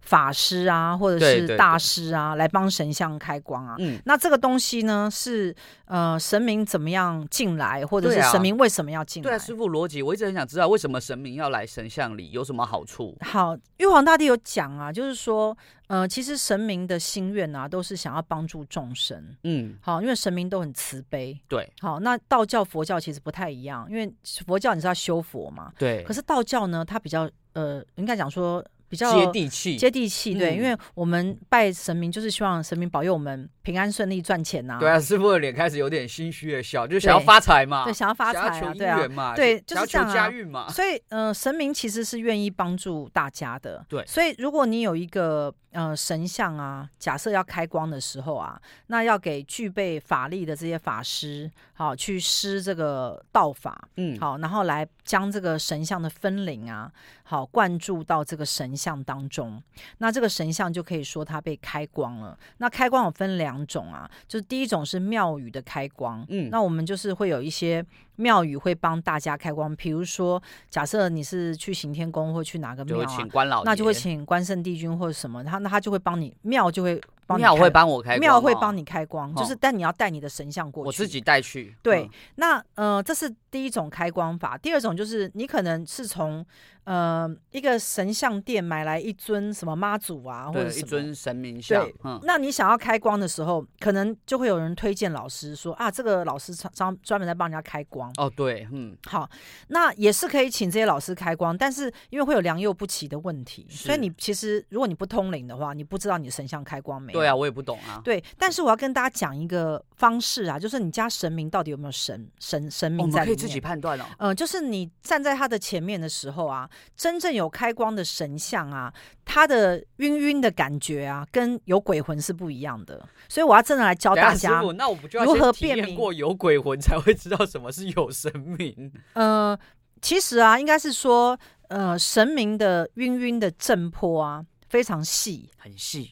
法师啊，或者对是对大对师啊来帮神像开光啊。嗯，那这个东西呢，是呃神明怎么样进来，或者是对啊神明为什么要进对来？啊，师傅逻辑，我一直很想知道为什么神明要来神像里，有什么好处？好，玉皇大帝有讲啊，就是说，呃，其实神明的心愿啊，都是想要帮助众生。嗯，好，因为神明都很慈悲。对好，那道教、佛教其实不太一样，因为佛教你是要修佛嘛，对，可是是道教呢，它比较呃，应该讲说比较接地气，接地气，对，嗯因为我们拜神明就是希望神明保佑我们平安顺利、赚钱呐、对啊，师傅的脸开始有点心虚的笑，就对想要发财嘛，对，想要发财想要啊，求对姻啊缘。嘛，对想要就是这样啊求家运嘛，所以，呃，神明其实是愿意帮助大家的。对所以如果你有一个呃神像啊，假设要开光的时候啊，那要给具备法力的这些法师，好、去施这个道法，嗯，好，然后来将这个神像的分灵啊，好灌注到这个神像当中，那这个神像就可以说它被开光了。那开光有分两种啊，就是第一种是庙宇的开光，嗯那我们就是会有一些庙宇会帮大家开光，比如说假设你是去行天宫或去哪个庙就啊请，关老爷，那就会请关圣帝君或者什么，他那他就会帮你庙就会帮你庙开会帮我开，庙会帮你，你开光，就哦是但你要带你的神像过去，我自己带去，对嗯，那呃，这是第一种开光法。第二种就是你可能是从呃一个神像店买来一尊什么妈祖啊，或者对，什一么。尊神明像对，嗯，那你想要开光的时候，可能就会有人推荐老师说啊，这个老师专专专门在帮人家开光。哦，对，嗯，好，那也是可以请这些老师开光，但是因为会有良莠不齐的问题，所以是你其实如果你不通灵的话，你不知道你的神像开光没有。对啊，我也不懂啊，对，但是我要跟大家讲一个方式啊，就是你家神明到底有没有神神神我明在里哦们可面？以自己判断哦，呃，就是你站在他的前面的时候啊，真正有开光的神像啊，他的晕晕的感觉啊，跟有鬼魂是不一样的。所以我要真的来教等一大下师家，傅，那我不就要如先何体辨验明过有鬼魂才会知道什么是有神 明？呃，其实啊，应该是说，呃，神明的晕晕的震波啊，非常细；很细，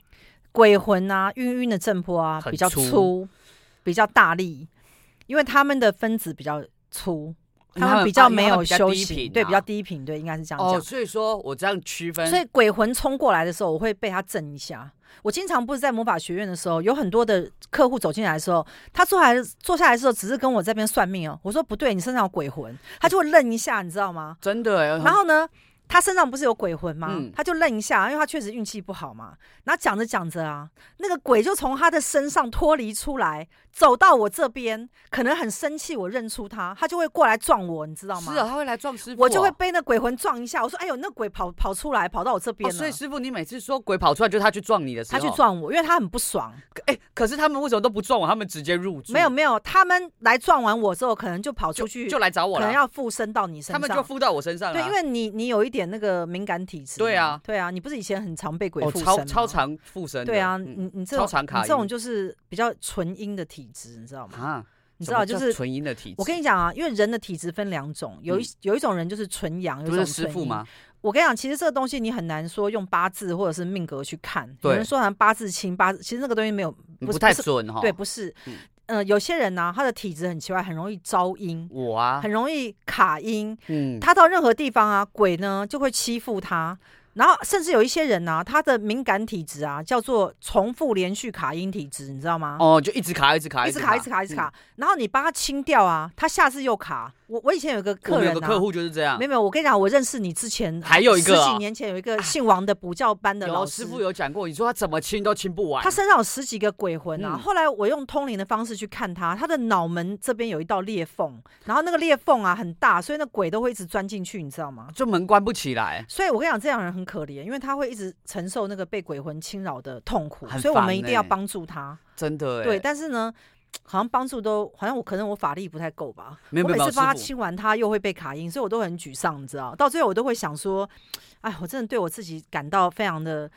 鬼魂啊，晕晕的震波啊，很比较粗粗，比较大力，因为他们的分子比较粗。他们比啊较因为没他们有比较修低行，频对，啊比较低频，对，应该是这样讲哦，。所以说我这样区分，所以鬼魂冲过来的时候，我会被他震一下。我经常不是在魔法学院的时候，有很多的客户走进来的时候，他坐下来坐下来的时候，只是跟我这边算命哦。我说不对，你身上有鬼魂，他就会愣一下，你知道吗？真的欸，然后呢，他身上不是有鬼魂吗？嗯他就愣一下，因为他确实运气不好嘛。然后讲着讲着啊，那个鬼就从他的身上脱离出来，走到我这边，可能很生气，我认出他，他就会过来撞我，你知道吗？是啊，他会来撞师傅哦，我就会被那鬼魂撞一下，我说：“哎呦，那鬼跑跑出来，跑到我这边哦，了。所以师傅，你每次说鬼跑出来，就是他去撞你的时他候，去。撞我，因为他很不爽。哎、可是他们为什么都不撞我？他们直接入住，没有没有，他们来撞完我之后，可能就跑就出去，就来找我可能了。要附身到你身他上。们就附到我身上了对，因啊。为你你有一点那个敏感体质嘛。对啊对啊，你不是以前很常被鬼我附身、哦超超。常附身的。对啊，嗯你你这种超常卡你这种音就是比较纯阴的体质，你知道吗？啊，你知道就什么叫是。纯阴的体质。嗯我跟你讲啊，因为人的体质分两种，有一、有一种人就是纯阳，有不一种是师纯傅阴吗？我跟你讲，其实这个东西你很难说用八字或者是命格去看。有对人说好像八字轻，八字其实那个东西没有，你不是太不是准哈。对，不是哦嗯。呃，有些人呢、他的体质很奇怪，很容易招阴，我啊，很容易卡阴。嗯，他到任何地方啊，鬼呢就会欺负他。然后，甚至有一些人呢、他的敏感体质啊，叫做重复连续卡阴体质，你知道吗？哦，就一直卡，一直卡，嗯一直卡，一直卡，一直卡。然后你帮他清掉啊，他下次又卡。我我以前有个嗯。我客们人有个啊，客户就是这样没，有没有，我跟你讲，我认识你之前还有一个十啊几年前有一个姓王的补教班的老有师师傅有讲过，你说他怎么清都清不完他。身上有十几个鬼魂啊！嗯后来我用通灵的方式去看他，他的脑门这边有一道裂缝，然后那个裂缝啊很大，所以那鬼都会一直钻进去，你知道吗？就门关不起来，所以我跟你讲，这样的人很可怜，因为他会一直承受那个被鬼魂侵扰的痛苦，很所以我们烦一定要欸帮助他。真的哎。对，，但是呢，好像帮助都好像我可能我法力不太够吧，没有我没每有，次帮他师傅清完，他又会被卡音，所以我都很沮丧，你知道？到最后我都会想说，哎，我真的对我自己感到非常的，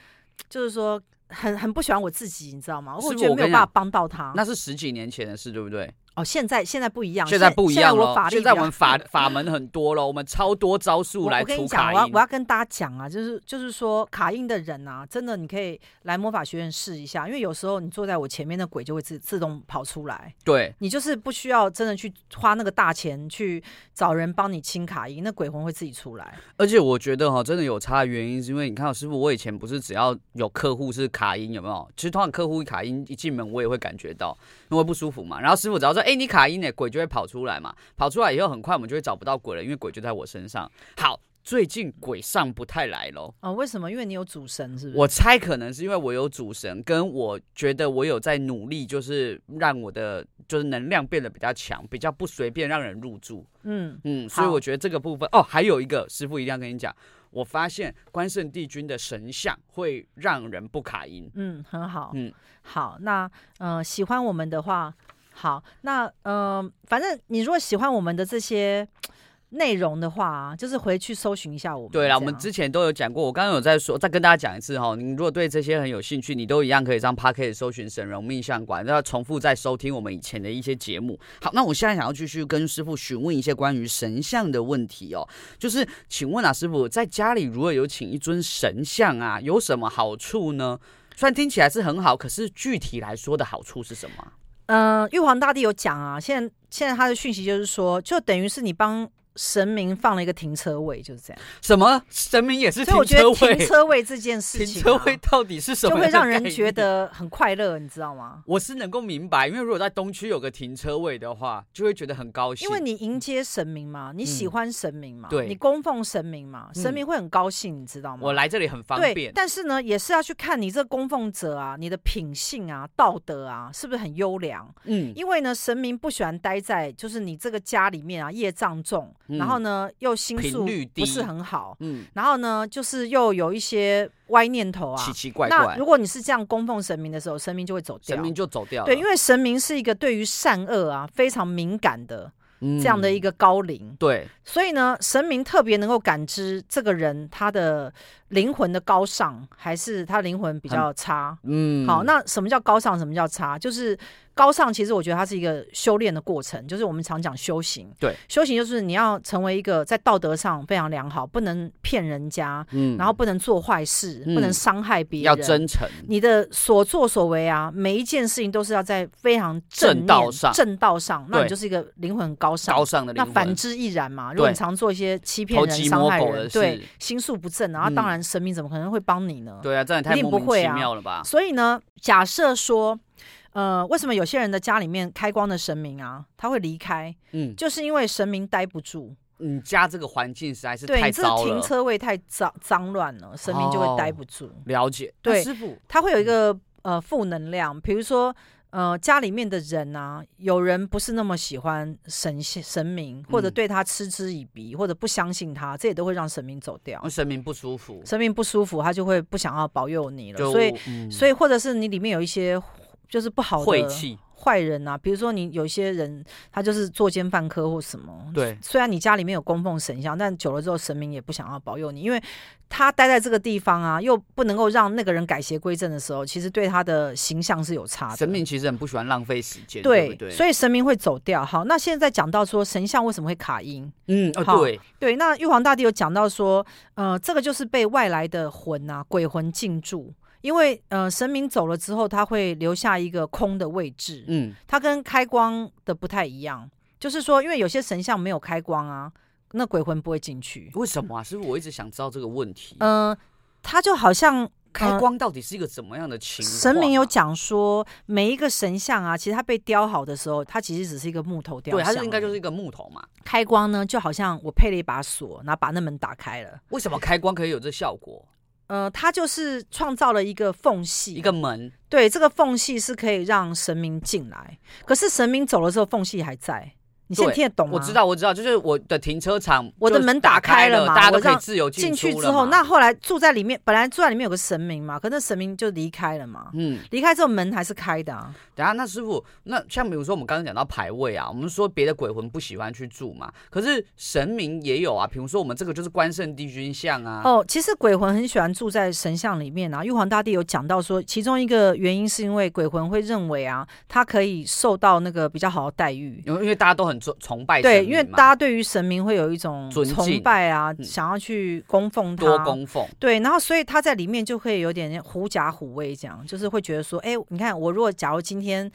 就是说很很不喜欢我自己，你知道吗？是我觉得我没跟有你办法讲帮到他。那是十几年前的事，对不对？哦，现在现在不一样，现在不一现样在我了法，力现在比较我们法法门很多了，我们超多招数我来我跟除你讲，卡我要音我。要跟大家讲啊，就是就是说卡印的人啊，真的你可以来魔法学院试一下，因为有时候你坐在我前面的鬼就会自自动跑出来，对，你就是不需要真的去花那个大钱去找人帮你清卡印，那鬼魂会自己出来。而且我觉得哈，真的有差的原因，是因为你看哦，师傅，我以前不是只要有客户是卡音，有没有？其实通常客户一卡音一进门，我也会感觉到，因为不舒服嘛。然后师傅只要说，哎、你卡音呢，鬼就会跑出来嘛。跑出来以后，很快我们就会找不到鬼了，因为鬼就在我身上。好，最近鬼上不太来喽。哦，为什么？因为你有主神，是不是？我猜可能是因为我有主神，跟我觉得我有在努力，就是让我的就是能量变得比较强，比较不随便让人入住。嗯，嗯，所以好我觉得这个部分哦，还有一个师傅一定要跟你讲，我发现关圣帝君的神像会让人不卡音。嗯，很好，嗯嗯，好，那呃，喜欢我们的话，好，那呃，反正你如果喜欢我们的这些内容的话啊，就是回去搜寻一下我们。对了，了，我们之前都有讲过，我刚刚有在说，再跟大家讲一次哈、你如果对这些很有兴趣，你都一样可以上 p a r k 搜寻神容命相馆，然后重复再收听我们以前的一些节目。好，那我现在想要继续跟师傅询问一些关于神像的问题哦，就是请问啊，师傅在家里如果有请一尊神像啊，有什么好处呢？虽然听起来是很好，可是具体来说的好处是什么啊？嗯、呃，玉皇大帝有讲啊，现在现在他的讯息就是说，就等于是你帮神明放了一个停车位，就是这样。什么神明也是所以停我觉得车停位？车位这件事停情、啊，车位到底是什就么样会的概念？让人觉得很快乐，你知道吗？我是能够明白，因为如果在东区有个停车位的话，就会觉得很高兴。因为你迎接神明嘛，你喜嗯欢神明嘛，对你供奉神明嘛，神嗯明会很高兴，你知道吗？我来这里很方对，便，但是呢，也是要去看你这个供奉者啊，你的品性啊、道德啊，是不是很优良？嗯，因为呢，神明不喜欢待在就是你这个家里面啊，业障重，嗯然后呢又心频术率低不是很好，嗯，然后呢就是又有一些歪念头啊奇。奇怪那怪如，果你是这样供奉神明的时候，神明就会走掉。神明就走掉了。对，因为神明是一个对于善恶啊非常敏感的为这样的一个、个高龄，嗯对，所以呢，神明特别能够感知这个人他的灵魂的高尚，还是他灵魂比较差。嗯，好，那什么叫高尚？什么叫差？就是高尚，其实我觉得它是一个修炼的过程，就是我们常讲修行。对，修行就是你要成为一个在道德上非常良好，不能骗人家，嗯然后不能做坏事，嗯不能伤害别人。要真诚，你的所作所为啊，每一件事情都是要在非常正正道面上正道上，那你对就是一个灵魂很高尚高尚的灵那魂。反之亦然嘛。如果对你常做一些欺骗偷人、鸡伤摸害狗人，的对事心术不正，然后当嗯然神明怎么可能会帮你呢？对啊，这样也一太定莫不名会其啊妙了吧？所以呢，假设说，呃，为什么有些人的家里面开光的神明啊，他会离开，嗯，就是因为神明待不住，你家这个环境实在是对太你这个糟停了。车位太脏脏乱了，神明就会待哦不住，了解，那对师傅，他会有一个呃负能量，比如说。呃，家里面的人啊，有人不是那么喜欢神神明，或者嗯对他嗤之以鼻，或者不相信他，这也都会让神明走掉。神明不舒服，生命不舒服，他就会不想要保佑你了。就所以，嗯所以或者是你里面有一些就是不好晦的气，坏人啊，比如说你有一些人他就是作奸犯科或什么。对，虽然你家里面有供奉神像，但久了之后神明也不想要保佑你，因为他待在这个地方啊，又不能够让那个人改邪归正的时候，其实对他的形象是有差的。神明其实很不喜欢浪费时间，嗯对对不对？所以神明会走掉。好，那现在讲到说神像为什么会卡音？嗯，哦，好对，对，那玉皇大帝有讲到说，呃，这个就是被外来的魂啊、鬼魂进驻，因为呃，神明走了之后，他会留下一个空的位置，嗯，它跟开光的不太一样，就是说，因为有些神像没有开光啊，那鬼魂不会进去。为什么啊？是不是我一直想知道这个问题？嗯、它就好像开光到底是一个怎么样的情况啊、呃神明有讲说，每一个神像啊，其实它被雕好的时候，它其实只是一个木头雕对，像而已。它就应该就是一个木头嘛。开光呢，就好像我配了一把锁，然后把那门打开了。为什么开光可以有这效果？呃，它就是创造了一个缝隙，一个门，对这个缝隙是可以让神明进来，可是神明走了之后，缝隙还在。你现在对听得懂吗？我知。道，我知道，就是我的停车场，我的门打开开了嘛大家都我可以让自由进进去出之了后，嘛那后来住在里面，本来住在里面有个神明嘛，可那神明就离开了嘛。嗯，离开之后门还是开的啊，等一下，那师傅，那像比如说我们刚刚讲到牌位啊，我们说别的鬼魂不喜欢去住嘛，可是神明也有啊，比如说我们这个就是关圣帝君像啊，哦，其实鬼魂很喜欢住在神像里面啊。玉皇大帝有讲到说，其中一个原因是因为鬼魂会认为啊，他可以受到那个比较好的待遇。因为因为大家都很崇崇拜神对，明因为嘛大家对于神明会有一种尊敬崇拜啊，嗯想要去供奉他。多供奉，对，然后所以他在里面就会有点狐假虎威，这样就是会觉得说，哎，你看我如果假如今天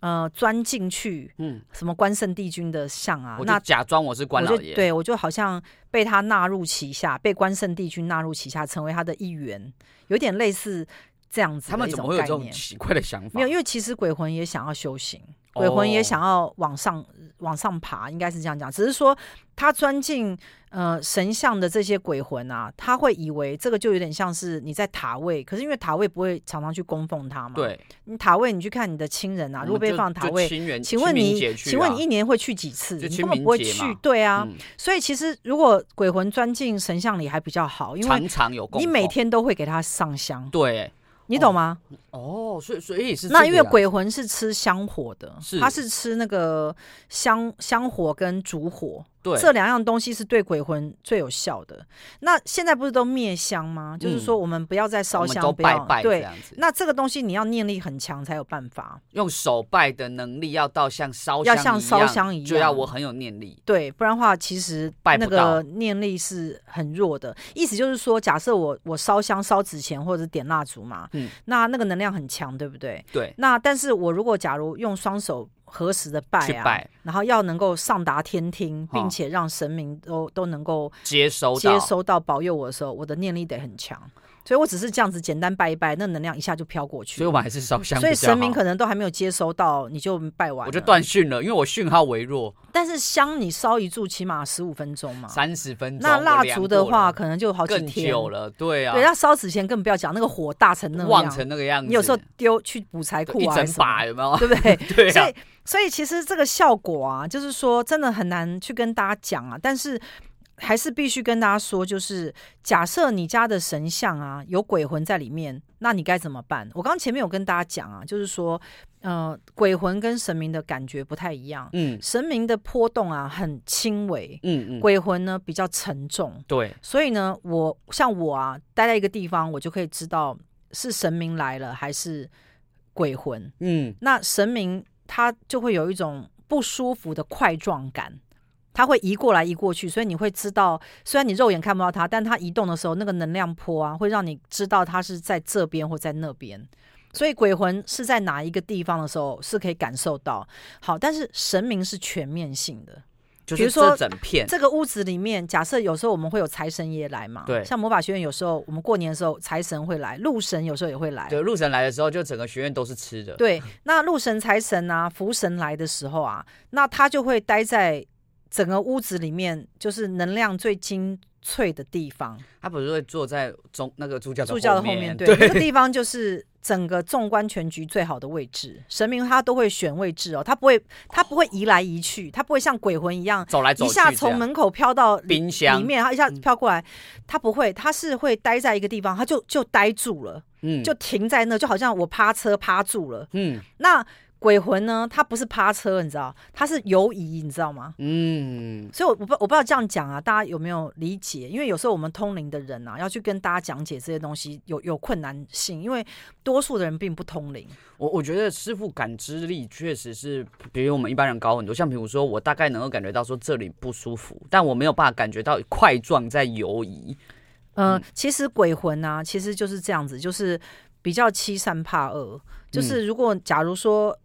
呃钻进去嗯，什么关圣帝君的像啊，我就那假装我是关我老就爷，对我就好像被他纳入旗下，被关圣帝君纳入旗下，成为他的一员，有点类似这样子他的们一怎么种会有概这种念。奇怪的想法？没有，因为其实鬼魂也想要修行，鬼魂也哦想要往上、往上爬，应该是这样讲。只是说他钻进呃神像的这些鬼魂啊，他会以为这个就有点像是你在塔位，可是因为塔位不会常常去供奉他嘛。，对，你塔位你去看你的亲人啊，我如果们被就放就塔位，清源请问清明你，节去请问啊你一年会去几次？就你清根本明不会节去嘛，对啊。嗯所以其实如果鬼魂钻进神像里还比较好，因为常常有供奉，你每天都会给他上香，对你哦懂吗？哦，所以所以是那这因个为啦鬼魂是吃香火的，是它是吃那个香香火跟烛火对这两样东西是对鬼魂最有效的。那现在不是都灭香吗？就是说我们不要再烧嗯我们香，都不要拜拜这对。样子，那这个东西你要念力很强才有办法，用手拜的能力要到像烧要像香一烧样香一就要样我很有念力。对，不然的话其实拜那不到个念力是很弱的。意思就是说，假设我我烧香烧纸钱或者是点蜡烛嘛，嗯那那个能量很强，对不对？对，那但是我如果假如用双手合十的拜去啊，拜然后要能够上达天听，哦并且让神明都都能够接收到接收到保佑我的时候，我的念力得很强。所以我只是这样子简单拜一拜，那能量一下就飘过去所以我了。们还是烧香嗯比较好。所以神明可能都还没有接收到，你就拜完了。我就断讯了，因为我讯号微弱，但是香你烧一炷起码十五分钟嘛，三十分钟。嗯那我蜡量烛过的话了可能就好几更天。久了，对啊，对，那烧纸钱更不要讲，那个火大成那旺样，成那个样子，你有时候丢去补财对库一啊，还是整什么把有没有？ 对不对？对所啊以，所以其实这个效果啊，就是说真的很难去跟大家讲啊，但是。还是必须跟大家说，就是假设你家的神像啊有鬼魂在里面，那你该怎么办？我刚前面有跟大家讲啊，就是说，呃，鬼魂跟神明的感觉不太一样，嗯神明的波动啊很轻微，嗯嗯，鬼魂呢比较沉重，对，所以呢，我像我啊待在一个地方，我就可以知道是神明来了还是鬼魂。嗯，那神明他就会有一种不舒服的块状感，他会移过来移过去，所以你会知道，虽然你肉眼看不到它，但它移动的时候，那个能量波啊，会让你知道它是在这边或在那边。所以鬼魂是在哪一个地方的时候是可以感受到。好，但是神明是全面性的。就比是如说这整片，这个屋子里面，假设有时候我们会有财神爷来嘛，对像魔法学院有时候我们过年的时候财神会来，路神有时候也会来，对，路神来的时候，就整个学院都是吃的，对，那路神、财神啊、福神来的时候啊，那他就会待在整个屋子里面，就是能量最精粹的地方，他不是会坐在中那个助教助教的后后面。对，对，那个地方就是整个纵观全局最好的位置。神明他都会选位置哦，他不会，他不会移来移去，他不会像鬼魂一样走来走一去这下样，从门口飘到里冰箱里面，然后一下飘过来，他不会，他是会待在一个地方，他就就待住了，嗯就停在那，就好像我趴车趴住了。嗯那鬼魂呢，它不是趴车，你知道，它是游移，你知道吗？嗯，所以我我不我不知道这样讲啊，大家有没有理解？因为有时候我们通灵的人啊，要去跟大家讲解这些东西，有有困难性，因为多数的人并不通灵。我我觉得师傅感知力确实是比我们一般人高很多。像比如说，我大概能够感觉到说这里不舒服，但我没有办法感觉到块状在游移。嗯呃，其实鬼魂啊，其实就是这样子，就是比较欺善怕恶。嗯就是如果假如说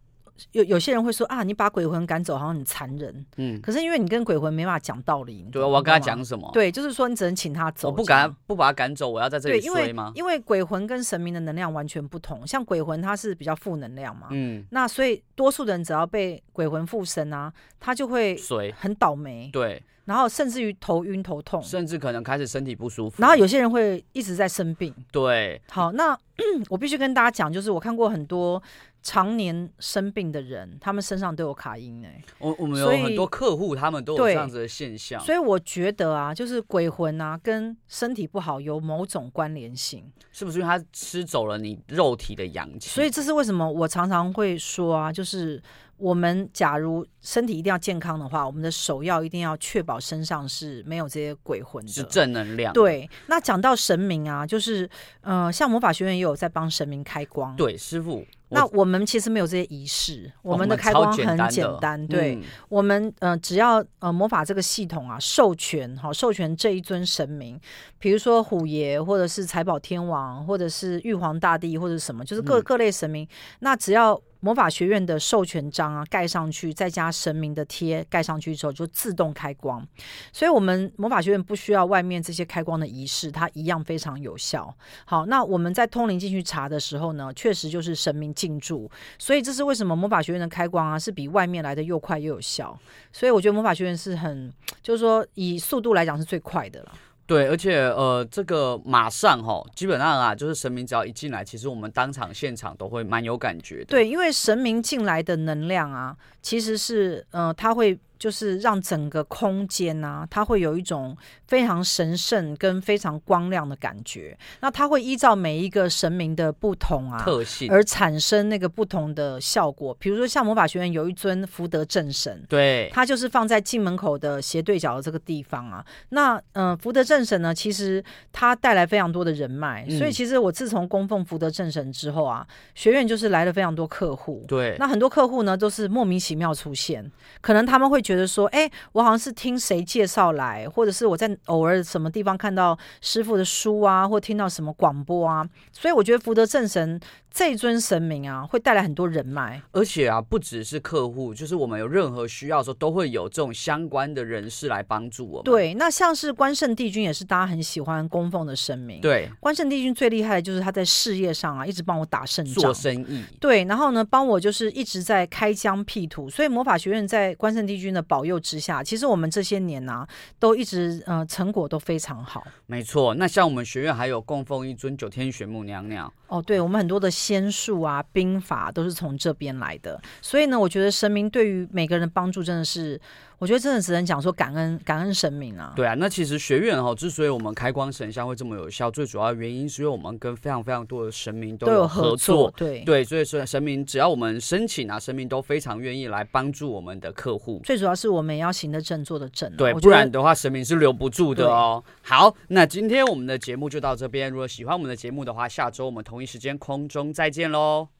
有有些人会说啊，你把鬼魂赶走好像很残忍，嗯，可是因为你跟鬼魂没办法讲道理，你对啊，懂我要跟他你懂吗讲什么？，对，就是说你只能请他走，我不这样敢不把他赶走，我要在这对，里因为睡吗？因为鬼魂跟神明的能量完全不同，像鬼魂它是比较负能量嘛，嗯，那所以多数人只要被鬼魂附身啊，他就会睡，很倒霉，对，然后甚至于头晕头痛，甚至可能开始身体不舒服。哦然后有些人会一直在生病。对，好，那 我必须跟大家讲，就是我看过很多常年生病的人，他们身上都有卡因哎、我我们有所以很多客户，他们都有对这样子的现象。所以我觉得啊，就是鬼魂啊跟身体不好有某种关联性。是不是因为他吃走了你肉体的阳气？所以这是为什么我常常会说啊，就是我们假如身体一定要健康的话，我们的首要一定要确保身上是没有这些鬼魂是的。正能量。对，那讲到神明啊，就是呃，像魔法学院也有在帮神明开光。，对，师傅，那我我们其实没有这些仪式，我们的哦开超光简很单的简单。对，嗯我们呃，只要呃魔法这个系统啊授权哈、授权这一尊神明，比如说虎爷，或者是财宝天王，或者是玉皇大帝，或者什么，就是各、嗯各类神明。那只要魔法学院的授权章啊盖上去，再加神明的贴盖上去之后，就自动开光。所以，我们魔法学院不需要外面这些开光的仪式，它一样非常有效。好，那我们在通灵进去查的时候呢，确实就是神明进驻，所以这是为什么魔法学院的开光啊是比外面来的又快又有效。所以我觉得魔法学院是很，就是说以速度来讲是最快的了。对，而且呃，这个马上哈，基本上啊，就是神明只要一进来，其实我们当场现场都会蛮有感觉的。对，因为神明进来的能量啊，其实是呃，它会就是让整个空间啊，它会有一种非常神圣跟非常光亮的感觉。那它会依照每一个神明的不同啊。特性，而产生那个不同的效果，比如说像魔法学院有一尊福德正神，对，它就是放在进门口的斜对角的这个地方啊。那呃，福德正神呢，其实它带来非常多的人脉，嗯所以其实我自从供奉福德正神之后啊，学院就是来了非常多客户。对，那很多客户呢都是莫名其妙出现，可能他们会觉得说，哎、我好像是听谁介绍来，或者是我在偶尔什么地方看到师傅的书啊，或听到什么广播啊，所以我觉得福德正神这尊神明啊，会带来很多人脉。而且啊，不只是客户，就是我们有任何需要的时候，都会有这种相关的人士来帮助我们。对，那像是关圣帝君也是大家很喜欢供奉的神明。，对，关圣帝君最厉害的就是他在事业上啊，一直帮我打胜做仗。生意，对，然后呢，帮我就是一直在开疆辟土，所以魔法学院在关圣帝君的保佑之下，其实我们这些年啊，都一直呃成果都非常好。没错。那像我们学院还有供奉一尊九天玄母娘娘，哦，对，我们很多的仙术啊、兵法都是从这边来的，所以呢，我觉得神明对于每个人的帮助真的是，我觉得真的只能讲说感恩，感恩神明啊。对啊，那其实学院哈、之所以我们开光神像会这么有效，最主要的原因是因为我们跟非常非常多的神明都都有合合作，对，对，所以说神明只要我们申请啊，神明都非常愿意来帮助我们的客户。最主要是我们也要行得正，坐得正啊、对，我不觉得然的话，神明是留不住的哦。好，那今天我们的节目就到这边。如果喜欢我们的节目的话，下周我们同一时间空中再见喽。